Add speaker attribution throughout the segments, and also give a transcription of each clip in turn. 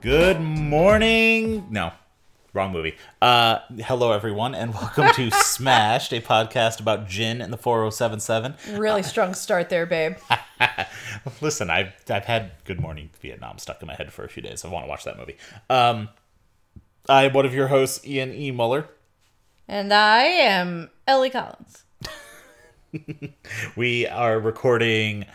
Speaker 1: Good morning. No, wrong movie. Uh, hello, everyone, and welcome to Smashed, a podcast about gin and the 4077.
Speaker 2: Really strong start there, babe.
Speaker 1: Listen, I've, I've had Good Morning Vietnam stuck in my head for a few days. I want to watch that movie. Um, I'm one of your hosts, Ian E. Muller.
Speaker 2: And I am Ellie Collins.
Speaker 1: We are recording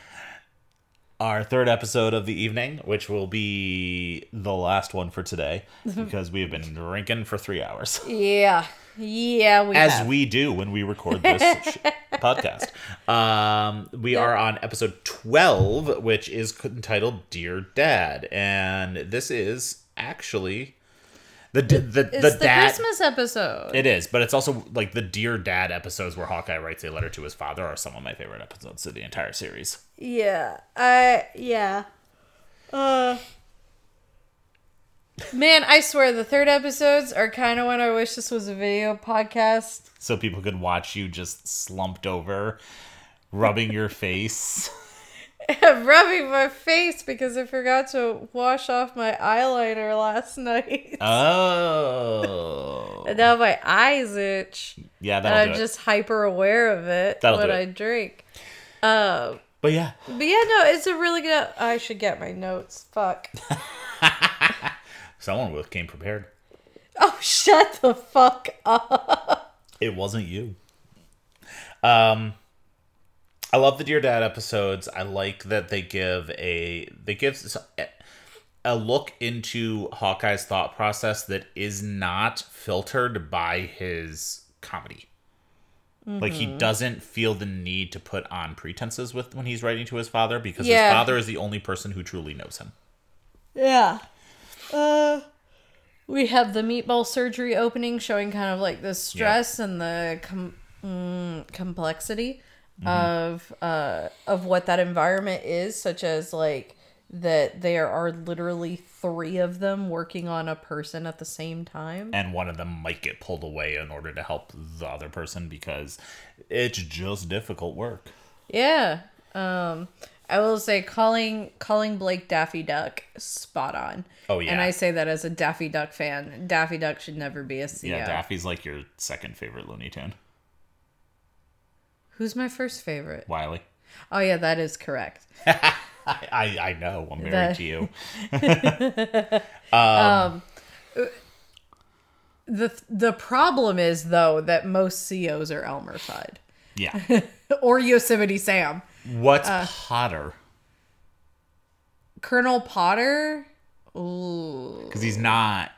Speaker 1: our third episode of the evening, which will be the last one for today because we have been drinking for three hours.
Speaker 2: Yeah. Yeah, we
Speaker 1: as
Speaker 2: have.
Speaker 1: we do when we record this sh- podcast. Um, we are on episode 12, which is c- entitled Dear Dad. And this is actually the d- the, the,
Speaker 2: it's the,
Speaker 1: dad.
Speaker 2: Christmas episode.
Speaker 1: It is, but it's also like the Dear Dad episodes where Hawkeye writes a letter to his father are some of my favorite episodes of the entire series.
Speaker 2: yeah. I yeah. Uh Man, I swear the third episodes are kind of when I wish this was a video podcast.
Speaker 1: So people could watch you just slumped over, rubbing your face.
Speaker 2: I'm rubbing my face because I forgot to wash off my eyeliner last night.
Speaker 1: Oh.
Speaker 2: and now my eyes itch.
Speaker 1: Yeah,
Speaker 2: and
Speaker 1: that'll do
Speaker 2: I'm
Speaker 1: it.
Speaker 2: just hyper aware of it
Speaker 1: That'll
Speaker 2: when
Speaker 1: do it.
Speaker 2: I drink. Um,
Speaker 1: But yeah,
Speaker 2: but yeah, no, it's a really good. I should get my notes. Fuck.
Speaker 1: someone was- came prepared.
Speaker 2: Oh, shut the fuck up.
Speaker 1: It wasn't you. Um, I love the Dear Dad episodes. I like that they give a they give s- a look into Hawkeye's thought process that is not filtered by his comedy. Like he doesn't feel the need to put on pretenses with when he's writing to his father because
Speaker 2: Yeah.
Speaker 1: his father is the only person who truly knows him.
Speaker 2: Yeah. Uh, we have the meatball surgery opening showing kind of like the stress and the com- mm, complexity of uh, of what that environment is, such as like that there are literally three of them working on a person at the same time.
Speaker 1: and one of them might get pulled away in order to help the other person because it's just difficult work.
Speaker 2: Yeah. Um I will say calling calling Blake Daffy Duck spot on.
Speaker 1: Oh, yeah.
Speaker 2: And I say that as a Daffy Duck fan. Daffy Duck should never be a CEO.
Speaker 1: Yeah, Daffy's like your second favorite Looney Tune.
Speaker 2: Who's my first favorite?
Speaker 1: Wiley.
Speaker 2: Oh yeah, that is correct.
Speaker 1: I, I, I know. I'm married
Speaker 2: That-
Speaker 1: to you.
Speaker 2: The the problem is though that most CEOs are Elmer Fudd
Speaker 1: Yeah.
Speaker 2: or Yosemite Sam.
Speaker 1: What's
Speaker 2: Uh.
Speaker 1: Potter?
Speaker 2: Colonel Potter? Ooh.
Speaker 1: Because he's not.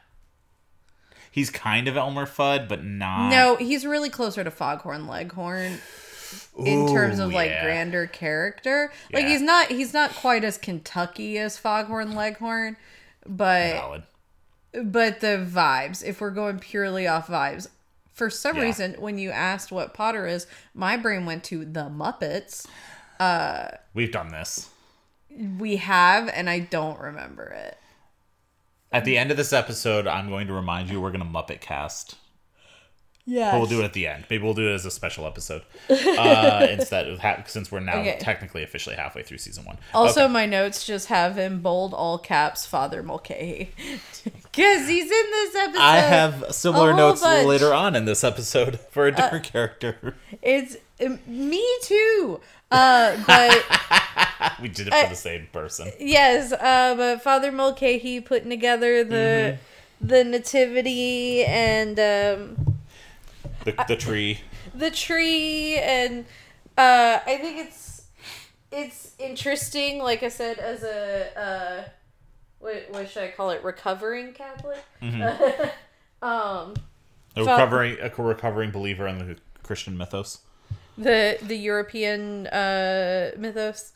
Speaker 1: He's kind of Elmer Fudd, but not.
Speaker 2: No, he's really closer to Foghorn Leghorn in terms of
Speaker 1: Ooh,
Speaker 2: like
Speaker 1: yeah.
Speaker 2: grander character. Like
Speaker 1: Yeah.
Speaker 2: he's not he's not quite as Kentucky as Foghorn Leghorn, but
Speaker 1: Valid.
Speaker 2: but the vibes, if we're going purely off vibes, for some
Speaker 1: Yeah.
Speaker 2: reason when you asked what Potter is, my brain went to the Muppets.
Speaker 1: We've done this.
Speaker 2: We have and I don't remember it.
Speaker 1: At the end of this episode, I'm going to remind you we're going to Muppet cast.
Speaker 2: Yeah.
Speaker 1: But we'll do it at the end. Maybe we'll do it as a special episode uh, instead of ha- since we're now
Speaker 2: Okay.
Speaker 1: technically officially halfway through season one.
Speaker 2: Also, my notes just have in bold all caps Father Mulcahy. Because he's in this episode.
Speaker 1: I have similar
Speaker 2: a whole
Speaker 1: notes
Speaker 2: bunch.
Speaker 1: later on in this episode for
Speaker 2: uh,
Speaker 1: a different character.
Speaker 2: It's um, me too. Uh, but
Speaker 1: we did it for the same person.
Speaker 2: yes, uh, but Father Mulcahy putting together the the nativity and um,
Speaker 1: The, the tree.
Speaker 2: the tree, and uh, I think it's it's interesting. Like I said, as a uh, what, what should I call it? Recovering Catholic. um,
Speaker 1: A
Speaker 2: So-
Speaker 1: recovering a recovering believer in the Christian mythos.
Speaker 2: the the European uh, mythos.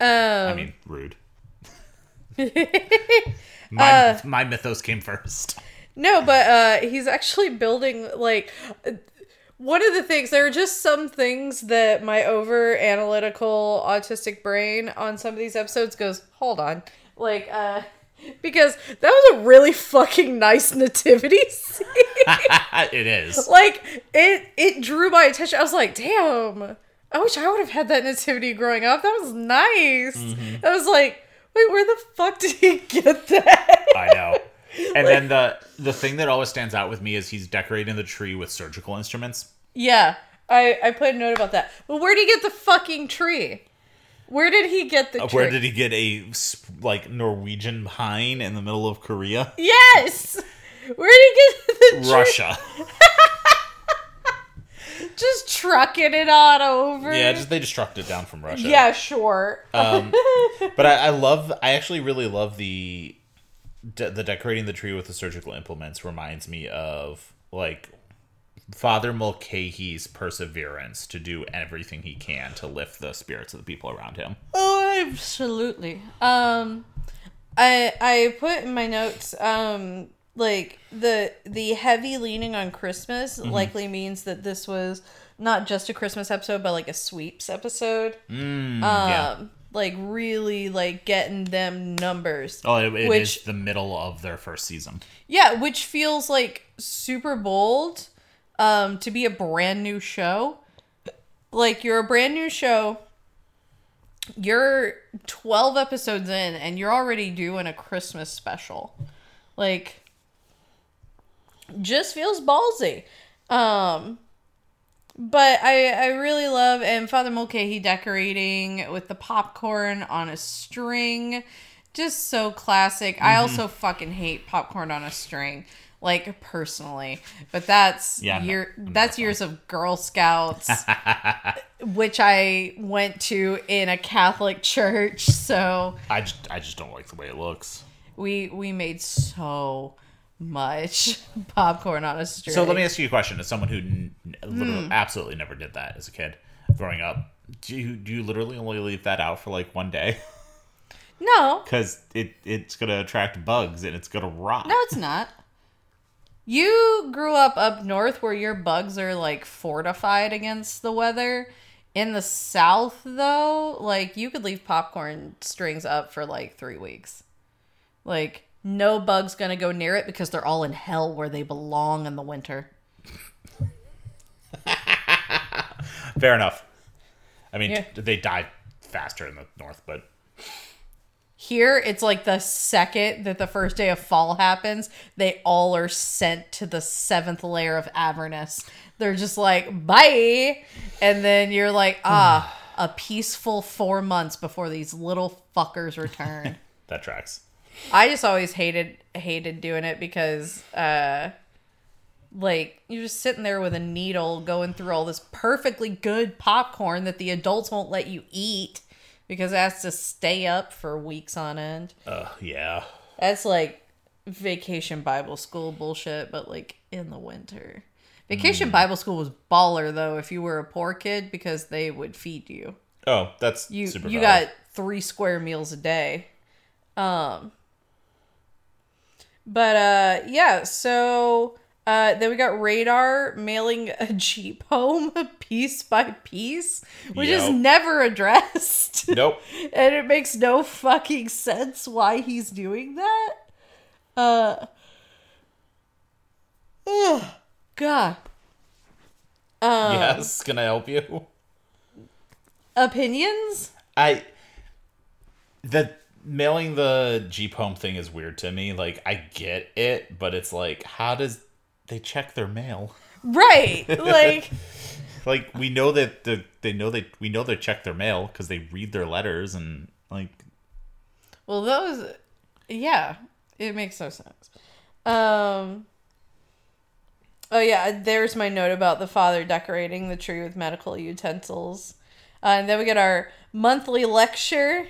Speaker 2: Um,
Speaker 1: I mean, rude. my my mythos came first.
Speaker 2: No, but uh, he's actually building like uh, one of the things. There are just some things that my over analytical autistic brain on some of these episodes goes, hold on, like uh, because that was a really fucking nice nativity scene.
Speaker 1: it is.
Speaker 2: like it, it drew my attention. I was like, damn, I wish I would have had that nativity growing up. That was nice. I was like, wait, where the fuck did he get that?
Speaker 1: I know. And then the the thing that always stands out with me is he's decorating the tree with surgical instruments.
Speaker 2: Yeah, I I put a note about that. Well, where did he get the fucking tree? Where did he get the tree?
Speaker 1: Uh, Where did he get a sp- like Norwegian pine in the middle of Korea?
Speaker 2: Yes. Where did he get the tree?
Speaker 1: Russia.
Speaker 2: Just trucking it on over.
Speaker 1: Yeah, just uh, they just trucked it down from Russia.
Speaker 2: Yeah, sure.
Speaker 1: Um, but I, I love. I actually really love the de- the decorating the tree with the surgical implements. Reminds me of like Father Mulcahy's perseverance to do everything he can to lift the spirits of the people around him.
Speaker 2: Oh, absolutely. Um, I I put in my notes um like the the heavy leaning on Christmas
Speaker 1: Mm-hmm.
Speaker 2: likely means that this was not just a Christmas episode but like a sweeps episode.
Speaker 1: Mm.
Speaker 2: um,
Speaker 1: yeah.
Speaker 2: like really like getting them numbers.
Speaker 1: Oh, it, it is
Speaker 2: Which-
Speaker 1: the middle of their first season.
Speaker 2: Yeah, which feels like super bold um, to be a brand new show. Like you're a brand new show. You're 12 episodes in and you're already doing a Christmas special. Like just feels ballsy. Um but I I really love and Father Mulcahy decorating with the popcorn on a string. Just so classic. I
Speaker 1: Mm-hmm.
Speaker 2: also fucking hate popcorn on a string. Like personally, but that's
Speaker 1: Yeah, I'm not-
Speaker 2: year that's years of Girl Scouts, which I went to in a Catholic church. So
Speaker 1: I just I just don't like the way it looks.
Speaker 2: we we made so much popcorn on a string.
Speaker 1: So let me ask you a question: As someone who n- literally
Speaker 2: Hmm.
Speaker 1: absolutely never did that as a kid growing up, do you do you literally only leave that out for like one day?
Speaker 2: no,
Speaker 1: because it it's gonna attract bugs and it's gonna rot.
Speaker 2: No, it's not. You grew up up north where your bugs are like fortified against the weather. In the south, though, like you could leave popcorn strings up for like three weeks. Like, no bug's gonna go near it because they're all in hell where they belong in the winter.
Speaker 1: Fair enough. I mean,
Speaker 2: Yeah.
Speaker 1: they die faster in the north, but
Speaker 2: Here, it's like the second that the first day of fall happens, they all are sent to the seventh layer of Avernus. They're just like, bye. And then you're like, ah, a peaceful four months before these little fuckers return.
Speaker 1: that tracks.
Speaker 2: I just always hated hated doing it because uh like you're just sitting there with a needle going through all this perfectly good popcorn that the adults won't let you eat because it has to stay up for weeks on end.
Speaker 1: Uh, yeah.
Speaker 2: That's like vacation Bible school bullshit, but like in the winter.
Speaker 1: Mm.
Speaker 2: Vacation Bible school was baller though if you were a poor kid because they would feed you.
Speaker 1: Oh, that's
Speaker 2: You
Speaker 1: super.
Speaker 2: you
Speaker 1: valid.
Speaker 2: got three square meals a day. Um but uh yeah, so uh then we got radar mailing a Jeep home piece by piece, which is
Speaker 1: Yep.
Speaker 2: never addressed.
Speaker 1: nope.
Speaker 2: and it makes no fucking sense why he's doing that. Uh, ugh, God, Um,
Speaker 1: yes, can I help you?
Speaker 2: opinions?
Speaker 1: I the mailing the Jeep home thing is weird to me. Like, I get it, but it's like, how does they check their mail?
Speaker 2: Right, like
Speaker 1: Like, we know that the they know they we know they check their mail because they read their letters and like
Speaker 2: well, those, yeah, it makes no sense. Um. Oh yeah, there's my note about the father decorating the tree with medical utensils, uh, and then we get our monthly lecture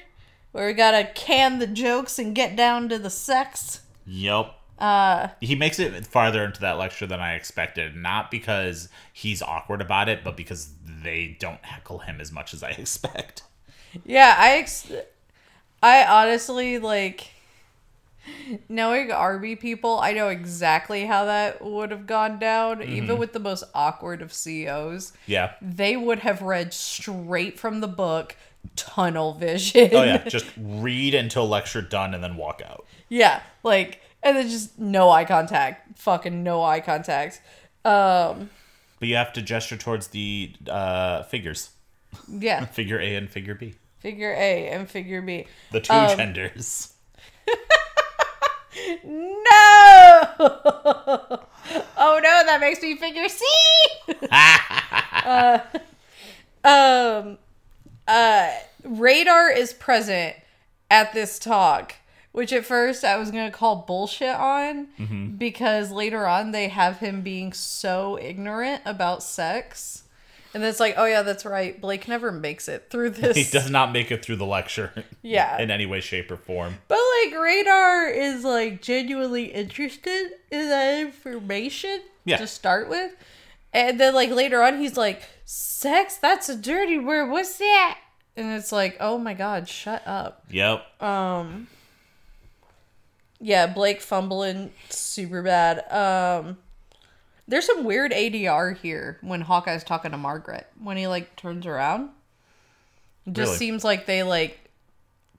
Speaker 2: where we gotta can the jokes and get down to the sex.
Speaker 1: Yep. Uh, he makes it farther into that lecture than I expected, not because he's awkward about it, but because they don't heckle him as much as I expect.
Speaker 2: Yeah, I ex- I honestly like knowing RB people, I know exactly how that would have gone down.
Speaker 1: Mm-hmm.
Speaker 2: Even with the most awkward of CEOs,
Speaker 1: Yeah.
Speaker 2: they would have read straight from the book, tunnel vision.
Speaker 1: Oh yeah, just read until lecture done and then walk out.
Speaker 2: Yeah, like and then just no eye contact, fucking no eye contact. Um,
Speaker 1: But you have to gesture towards the uh, figures,
Speaker 2: yeah,
Speaker 1: figure A and figure B,
Speaker 2: figure A and figure B.
Speaker 1: the two genders.
Speaker 2: No! oh no, that makes me figure C. Uh, um, uh, radar is present at this talk, which at first I was gonna call bullshit on because later on they have him being so ignorant about sex, and it's like, oh yeah, that's right. Blake never makes it through this.
Speaker 1: He does not make it through the lecture
Speaker 2: Yeah.
Speaker 1: in any way, shape, or form.
Speaker 2: But like radar is like genuinely interested in that information
Speaker 1: Yeah.
Speaker 2: to start with. And then like later on he's like, Sex, that's a dirty word, what's that? And it's like, oh my god, shut up.
Speaker 1: Yep.
Speaker 2: Um Yeah, Blake fumbling super bad. Um there's some weird ADR here when Hawkeye's talking to Margaret. When he like turns around. It just
Speaker 1: Really?
Speaker 2: seems like they like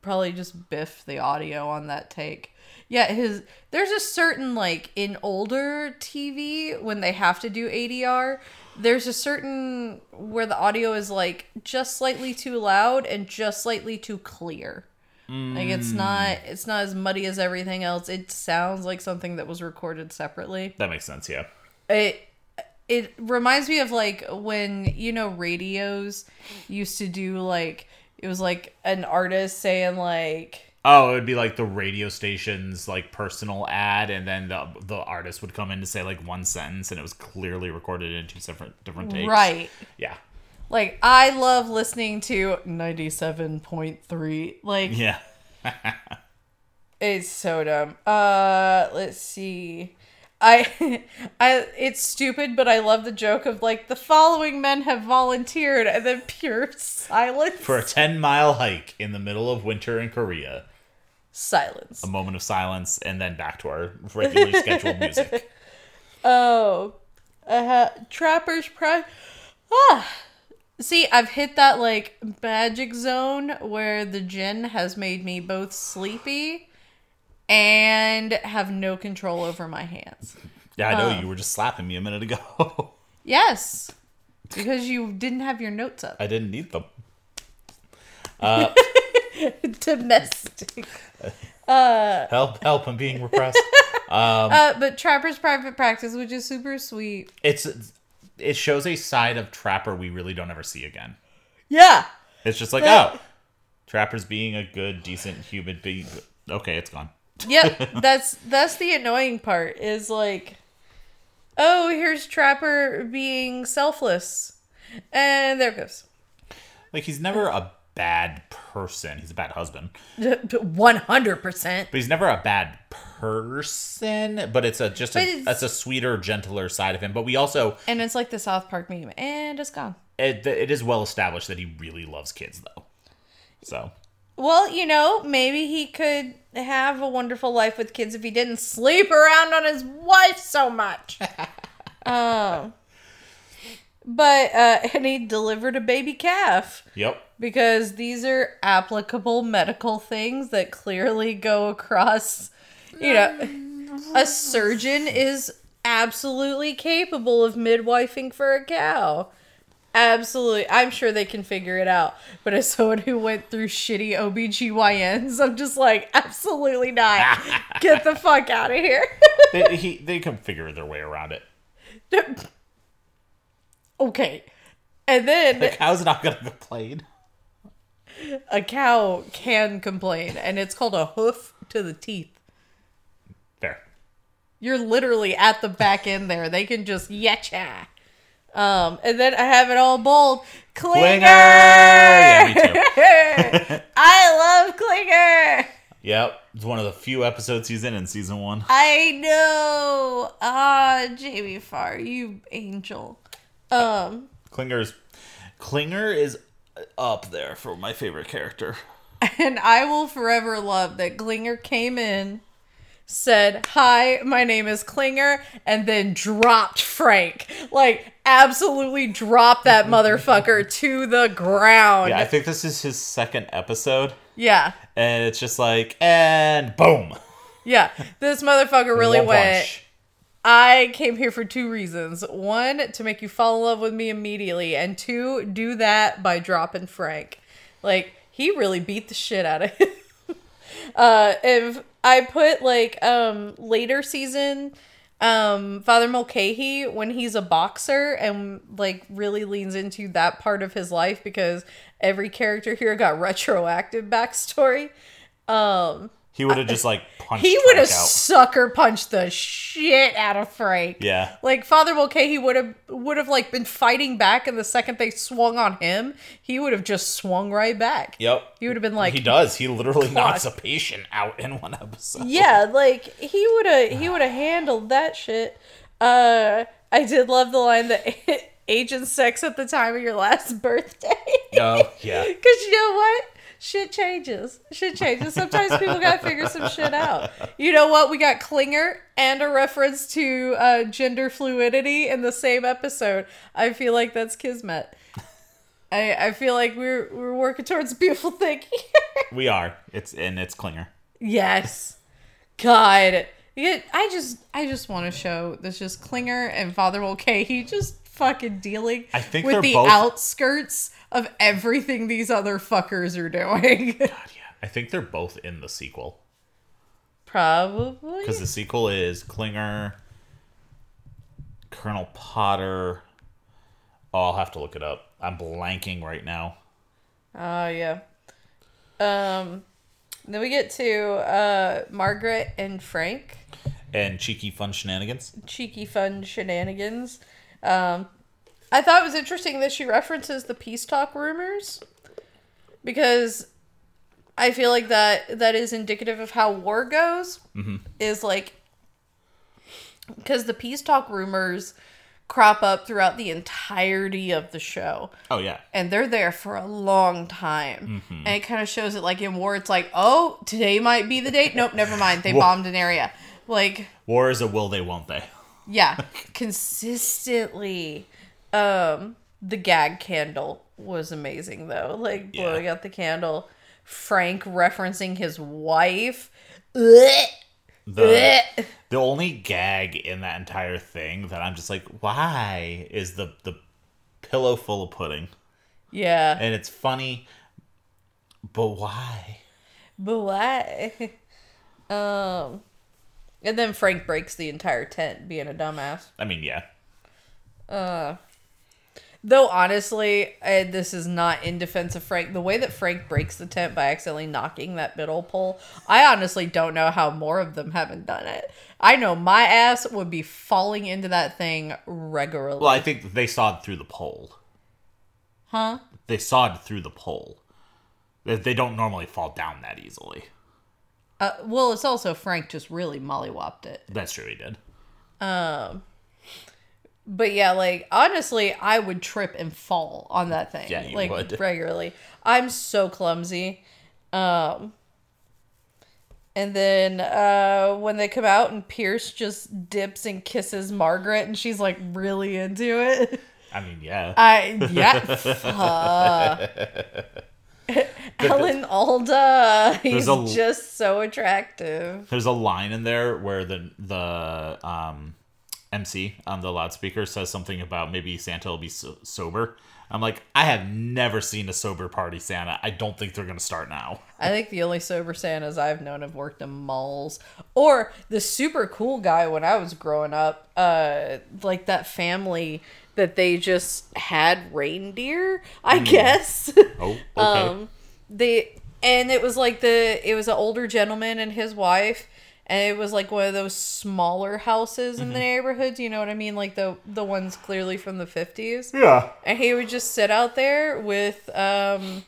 Speaker 2: probably just biff the audio on that take. Yeah, his there's a certain like in older TV when they have to do ADR, there's a certain where the audio is like just slightly too loud and just slightly too clear. Like it's not it's not as muddy as everything else. It sounds like something that was recorded separately.
Speaker 1: that makes sense. Yeah.
Speaker 2: It it reminds me of like when you know radios used to do like it was like an artist saying like
Speaker 1: Oh, it would be like the radio station's like personal ad, and then the the artist would come in to say like one sentence, and it was clearly recorded in two different different takes.
Speaker 2: right
Speaker 1: Yeah.
Speaker 2: like I love listening to 97.3 like
Speaker 1: Yeah.
Speaker 2: It's so dumb. Uh, let's see. I, I, it's stupid, but I love the joke of like the following men have volunteered, and then pure silence.
Speaker 1: For a ten mile hike in the middle of winter in Korea,
Speaker 2: silence.
Speaker 1: a moment of silence, and then back to our regularly scheduled music.
Speaker 2: Oh, uh, Trapper's Pride. Ah, see, I've hit that like magic zone where the gin has made me both sleepy and have no control over my hands.
Speaker 1: Yeah, I know you were just slapping me a minute ago.
Speaker 2: Yes, because you didn't have your notes up.
Speaker 1: I didn't need them.
Speaker 2: domestic.
Speaker 1: Help! Help! I'm being repressed.
Speaker 2: Uh, but Trapper's private practice, which is super sweet.
Speaker 1: it's it shows a side of Trapper we really don't ever see again.
Speaker 2: Yeah.
Speaker 1: It's just like
Speaker 2: But-
Speaker 1: oh, Trapper's being a good, decent human being. Okay, it's gone.
Speaker 2: Yep. that's that's the annoying part. Is like, oh, here's Trapper being selfless, and there it goes.
Speaker 1: Like he's never a bad person. He's a bad husband,
Speaker 2: One hundred percent.
Speaker 1: but he's never a bad person. But it's a just
Speaker 2: But
Speaker 1: a,
Speaker 2: it's-
Speaker 1: that's a sweeter, gentler side of him. But we also
Speaker 2: And it's like the South Park meme, and it's gone.
Speaker 1: it, it is well established that he really loves kids though. So
Speaker 2: Well, you know, maybe he could have a wonderful life with kids if he didn't sleep around on his wife so much. um, but uh, and he delivered a baby calf
Speaker 1: yep,
Speaker 2: because these are applicable medical things that clearly go across. You know, a surgeon is absolutely capable of midwifing for a cow. Absolutely. I'm sure they can figure it out. But as someone who went through shitty OBGYNs, I'm just like, absolutely not. Get the fuck out of here.
Speaker 1: they, he they can figure their way around it.
Speaker 2: okay. And then
Speaker 1: The cow's not gonna complain.
Speaker 2: a cow can complain, and it's called a hoof to the teeth.
Speaker 1: Fair.
Speaker 2: You're literally at the back end there. They can just yetcha. Um, and then I have it all bold.
Speaker 1: Clinger!
Speaker 2: Klinger!
Speaker 1: Yeah, me too.
Speaker 2: I love Klinger!
Speaker 1: Yep. It's one of the few episodes he's in in season one.
Speaker 2: I know. Ah, Jamie Farr, you angel. Um,
Speaker 1: Klinger's Klinger is up there for my favorite character.
Speaker 2: and I will forever love that Klinger came in, said, Hi, my name is Klinger, and then dropped Frank. Like, absolutely dropped that motherfucker to the ground.
Speaker 1: Yeah,
Speaker 2: Yeah.
Speaker 1: I think this is his second episode, and it's just like, and boom.
Speaker 2: Yeah, this motherfucker really
Speaker 1: One
Speaker 2: went.
Speaker 1: punch.
Speaker 2: I came here for two reasons. One, to make you fall in love with me immediately, and two, do that by dropping Frank. Like he really beat the shit out of him. uh, if I put like um later season um Father Mulcahy when he's a boxer and like really leans into that part of his life because every character here got retroactive backstory. Um
Speaker 1: He would have just like punched.
Speaker 2: he would have
Speaker 1: Frank out.
Speaker 2: sucker punched the shit out of Frank.
Speaker 1: Yeah.
Speaker 2: Like Father Mulcahy would have would have like been fighting back and the second they swung on him, he would have just swung right back.
Speaker 1: Yep.
Speaker 2: He would have been like
Speaker 1: he does. He literally knocks a patient out in one episode.
Speaker 2: Yeah, like he would have he would have handled that shit. Uh I did love the line that age and sex at the time of your last birthday.
Speaker 1: Oh, yeah.
Speaker 2: Cuz you know what? Shit changes. Shit changes. Sometimes people got to figure some shit out. You know what? We got Klinger and a reference to uh, gender fluidity in the same episode. I feel like that's kismet. I, I feel like we're we're working towards a beautiful thing here.
Speaker 1: We are. It's and it's Klinger.
Speaker 2: Yes. God. Yeah, I just I just want a show that's just Klinger and Father Mulcahy just fucking dealing
Speaker 1: I think
Speaker 2: with
Speaker 1: they're
Speaker 2: the
Speaker 1: both-
Speaker 2: outskirts of everything these other fuckers are doing.
Speaker 1: God, yeah. I think they're both in the sequel
Speaker 2: Probably.
Speaker 1: because the sequel is Klinger, Colonel Potter. Oh, I'll have to look it up. I'm blanking right now.
Speaker 2: Oh yeah. Um then we get to uh Margaret and Frank.
Speaker 1: And cheeky fun shenanigans.
Speaker 2: cheeky fun shenanigans. Um, I thought it was interesting that she references the peace talk rumors because I feel like that that is indicative of how war goes. Is like because the peace talk rumors crop up throughout the entirety of the show
Speaker 1: Oh yeah.
Speaker 2: and they're there for a long time. And it kind of shows it like in war it's like, "Oh, today might be the date. Nope, never mind. They bombed an area." Like
Speaker 1: War is a will they won't they.
Speaker 2: yeah, consistently. Um, the gag candle was amazing though, like
Speaker 1: Yeah.
Speaker 2: blowing out the candle. Frank referencing his wife. Blech,
Speaker 1: The,
Speaker 2: blech.
Speaker 1: the only gag in that entire thing that I'm just like, why is the the pillow full of pudding?
Speaker 2: Yeah,
Speaker 1: And it's funny, but why?
Speaker 2: but why? um, and then Frank breaks the entire tent, being a dumbass.
Speaker 1: I mean, yeah.
Speaker 2: Though honestly, uh, this is not in defense of Frank. The way that Frank breaks the tent by accidentally knocking that middle pole, I honestly don't know how more of them haven't done it. I know my ass would be falling into that thing regularly.
Speaker 1: Well, I think they saw it through the pole.
Speaker 2: huh?
Speaker 1: They saw it through the pole. They- They don't normally fall down that easily.
Speaker 2: Uh, well, it's also Frank just really mollywopped it.
Speaker 1: That's true, he did.
Speaker 2: But yeah, like honestly, I would trip and fall on that thing.
Speaker 1: Yeah, you
Speaker 2: like
Speaker 1: would.
Speaker 2: regularly. I'm so clumsy. Um and then uh when they come out and Pierce just dips and kisses Margaret and she's like really into it.
Speaker 1: I mean, yeah.
Speaker 2: I yeah. fuck. Helen Alda, he's
Speaker 1: a l-
Speaker 2: just so attractive.
Speaker 1: There's a line in there where the the um, MC on the loudspeaker says something about maybe Santa will be so- sober. I'm like, I have never seen a sober party Santa. I don't think they're gonna start now.
Speaker 2: I think the only sober Santas I've known have worked in malls or the super cool guy when I was growing up. Uh, like that family that they just had reindeer, I guess.
Speaker 1: Oh, okay.
Speaker 2: they and it was like the it was an older gentleman and his wife, and it was like one of those smaller houses in the neighborhoods. You know what I mean? Like the the ones clearly from the fifties
Speaker 1: yeah.
Speaker 2: and he would just sit out there with um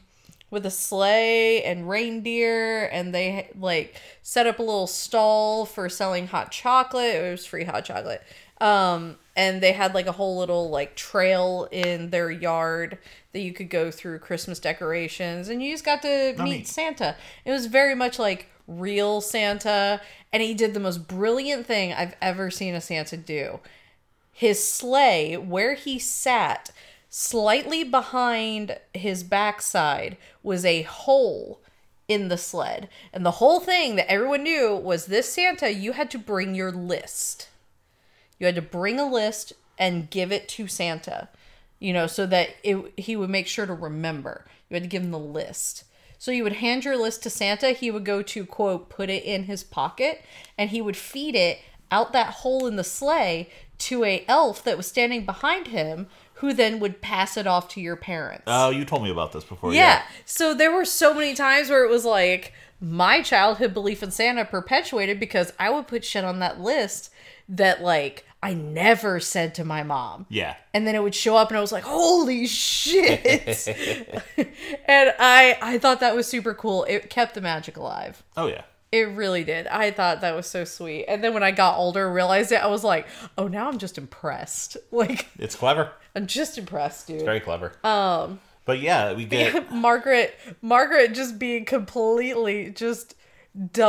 Speaker 2: with a sleigh and reindeer and they like set up a little stall for selling hot chocolate it was free hot chocolate um and they had like a whole little like trail in their yard that you could go through christmas decorations and you just got to meet
Speaker 1: neat.
Speaker 2: santa it was very much like real santa and he did the most brilliant thing i've ever seen a santa do his sleigh where he sat slightly behind his backside was a hole in the sled and the whole thing that everyone knew was this santa you had to bring your list you had to bring a list and give it to santa you know so that it, he would make sure to remember you had to give him the list So you would hand your list to Santa. He would go to, quote, put it in his pocket, and he would feed it out that hole in the sleigh to a elf that was standing behind him who then would pass it off to your parents.
Speaker 1: Oh, you told me about this before.
Speaker 2: Yeah. So there were so many times where it was like my childhood belief in Santa perpetuated because I would put shit on that list that like I never said to my mom.
Speaker 1: Yeah.
Speaker 2: And then it would show up and I was like, "Holy shit." and I I thought that was super cool. It kept the magic alive.
Speaker 1: Oh, yeah.
Speaker 2: It really did. I thought that was so sweet. And then when I got older, and realized it, I was like, "Oh, now I'm just impressed." Like
Speaker 1: It's clever.
Speaker 2: I'm just impressed, dude.
Speaker 1: Very clever. Um. But yeah, we get.
Speaker 2: Margaret Margaret just being completely just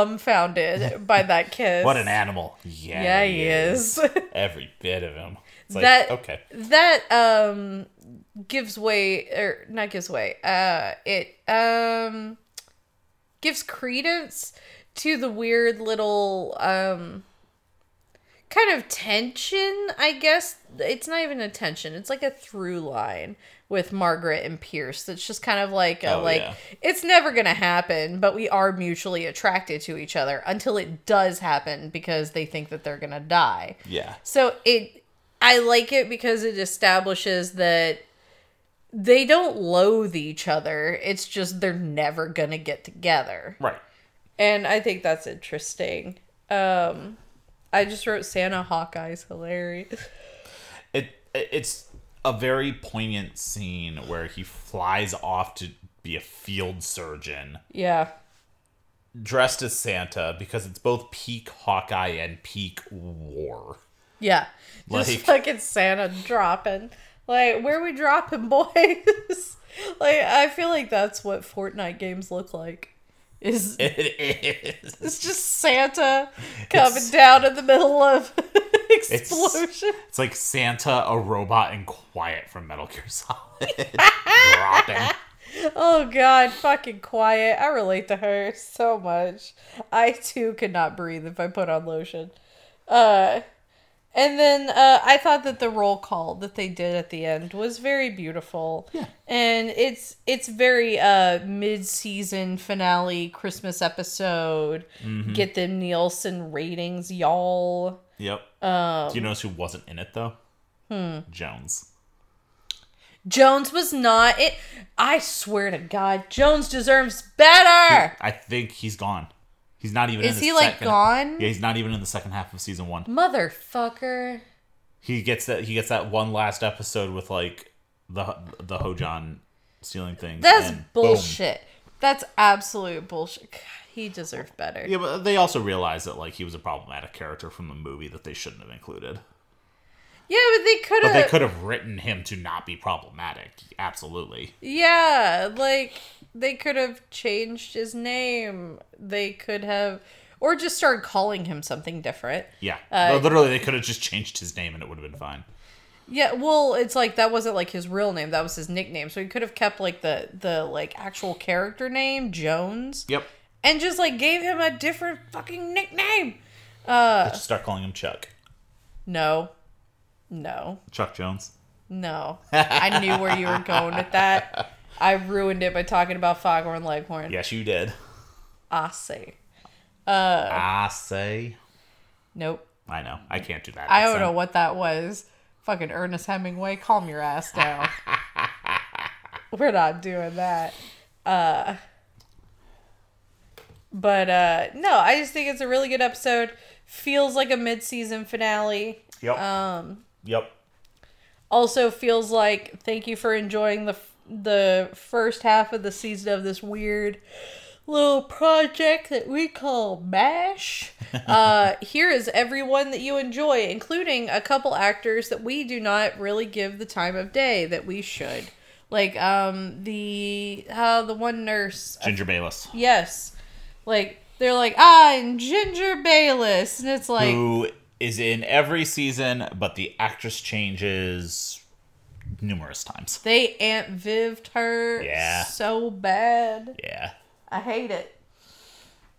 Speaker 2: dumbfounded by that kiss.
Speaker 1: What an animal. Yeah.
Speaker 2: yeah, he is.
Speaker 1: Every bit of him. It's like,
Speaker 2: That-
Speaker 1: okay.
Speaker 2: that um gives way or not gives way. Uh it um gives credence to the weird little um kind of tension, I guess. It's not even a tension. It's like a through line with Margaret and Pierce. That's just kind of like a,
Speaker 1: Oh,
Speaker 2: like
Speaker 1: yeah.
Speaker 2: it's never going to happen, but we are mutually attracted to each other until it does happen because they think that they're going to die.
Speaker 1: Yeah.
Speaker 2: So it I like it because it establishes that they don't loathe each other. It's just they're never going to get together.
Speaker 1: Right.
Speaker 2: And I think that's interesting. Um I just wrote Santa Hawkeye's hilarious.
Speaker 1: It It's a very poignant scene where he flies off to be a field surgeon
Speaker 2: Yeah.
Speaker 1: dressed as Santa because it's both peak Hawkeye and peak war.
Speaker 2: Yeah. Just
Speaker 1: Like-
Speaker 2: fucking Santa dropping. Like, where we dropping, boys? like, I feel like that's what Fortnite games look like. Is
Speaker 1: It is.
Speaker 2: it's just Santa coming down in the middle of explosion.
Speaker 1: It's like Santa, a robot, and Quiet from Metal Gear Solid. Dropping.
Speaker 2: Oh god, fucking quiet. I relate to her so much. I too could not breathe if I put on lotion. Uh and then uh, I thought that the roll call that they did at the end was very beautiful, yeah. and it's it's very uh, mid season finale Christmas episode. Get them Nielsen ratings, y'all.
Speaker 1: Yep. Um, Do you notice who wasn't in it though?
Speaker 2: hmm.
Speaker 1: Jones.
Speaker 2: Jones was not it. I swear to God, Jones deserves better.
Speaker 1: I think he's gone. He's not even.
Speaker 2: Is
Speaker 1: in the
Speaker 2: he, like,
Speaker 1: second-
Speaker 2: gone?
Speaker 1: Yeah, he's not even in the second half of season one.
Speaker 2: Motherfucker.
Speaker 1: He gets that. He gets that one last episode with like the the Hojan stealing things.
Speaker 2: That's
Speaker 1: and boom.
Speaker 2: bullshit. That's absolute bullshit. God, he deserved better.
Speaker 1: Yeah, but they also realized that like he was a problematic character from the movie that they shouldn't have included.
Speaker 2: Yeah, but they could
Speaker 1: But they
Speaker 2: have.
Speaker 1: could have written him to not be problematic. Absolutely.
Speaker 2: Yeah, like they could have changed his name. They could have, or just started calling him something different.
Speaker 1: Yeah. Literally, they could have just changed his name and it would have been fine.
Speaker 2: Yeah, well, it's like that wasn't like his real name. That was his nickname. So he could have kept like the the like actual character name Jones,
Speaker 1: Yep.
Speaker 2: and just like gave him a different fucking nickname. Uh,
Speaker 1: Let's just start calling him Chuck.
Speaker 2: No, no.
Speaker 1: Chuck Jones.
Speaker 2: No. I knew where you were going with that. I ruined it by talking about Foghorn Leghorn. Ah,
Speaker 1: Yes, you did.
Speaker 2: I say. Uh,
Speaker 1: I say.
Speaker 2: Nope.
Speaker 1: I know. I can't do that.
Speaker 2: I don't
Speaker 1: accent.
Speaker 2: know what that was. Fucking Ernest Hemingway, calm your ass down. we're not doing that. Uh but uh no, I just think it's a really good episode. Feels like a mid-season finale.
Speaker 1: Yep. Um. Yep.
Speaker 2: also feels like thank you for enjoying the the first half of the season of this weird little project that we call mash uh here is everyone that you enjoy including a couple actors that we do not really give the time of day that we should like um the uh the one nurse
Speaker 1: Ginger Bayless,
Speaker 2: yes like they're like ah and ginger bayless and it's like
Speaker 1: who is in every season, but the actress changes numerous times.
Speaker 2: They Aunt Viv'd her
Speaker 1: Yeah.
Speaker 2: so bad.
Speaker 1: Yeah.
Speaker 2: I hate it.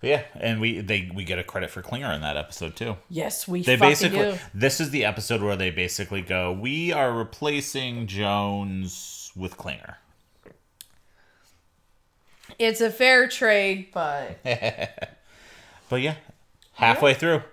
Speaker 1: But yeah, and we they we get a credit for Klinger in that episode too.
Speaker 2: Yes, we
Speaker 1: They
Speaker 2: fucking
Speaker 1: basically
Speaker 2: do.
Speaker 1: this is the episode where they basically go, we are replacing Jones with Klinger.
Speaker 2: It's a fair trade, but
Speaker 1: But yeah, halfway through.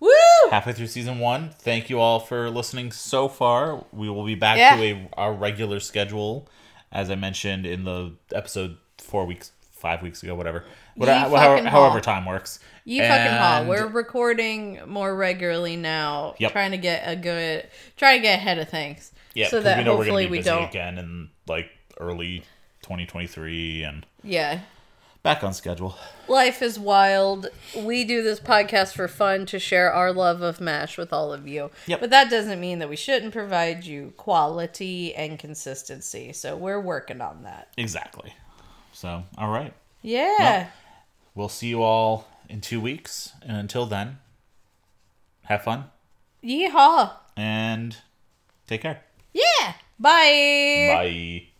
Speaker 2: woo!
Speaker 1: halfway through season one. Thank you all for listening so far. We will be back
Speaker 2: Yeah.
Speaker 1: to a, our regular schedule, as I mentioned in the episode four weeks, five weeks ago, whatever. What, uh,
Speaker 2: You
Speaker 1: how-
Speaker 2: fucking
Speaker 1: however,
Speaker 2: haul.
Speaker 1: time works.
Speaker 2: You fucking haul.
Speaker 1: And
Speaker 2: We're recording more regularly now,
Speaker 1: Yep.
Speaker 2: trying to get a good, trying to get ahead of things,
Speaker 1: yeah,
Speaker 2: so
Speaker 1: 'cause
Speaker 2: that
Speaker 1: we know we're gonna
Speaker 2: hopefully
Speaker 1: be
Speaker 2: we
Speaker 1: busy
Speaker 2: don't.
Speaker 1: again in like early 2023 and
Speaker 2: Yeah,
Speaker 1: back on schedule.
Speaker 2: life is wild. We do this podcast for fun to share our love of Mash with all of you.
Speaker 1: Yep.
Speaker 2: But that doesn't mean that we shouldn't provide you quality and consistency. So we're working on that.
Speaker 1: Exactly. So, all right.
Speaker 2: Yeah.
Speaker 1: We'll see you all in two weeks. And until then, have fun
Speaker 2: Yeehaw.
Speaker 1: and take care.
Speaker 2: Yeah. Bye.
Speaker 1: Bye.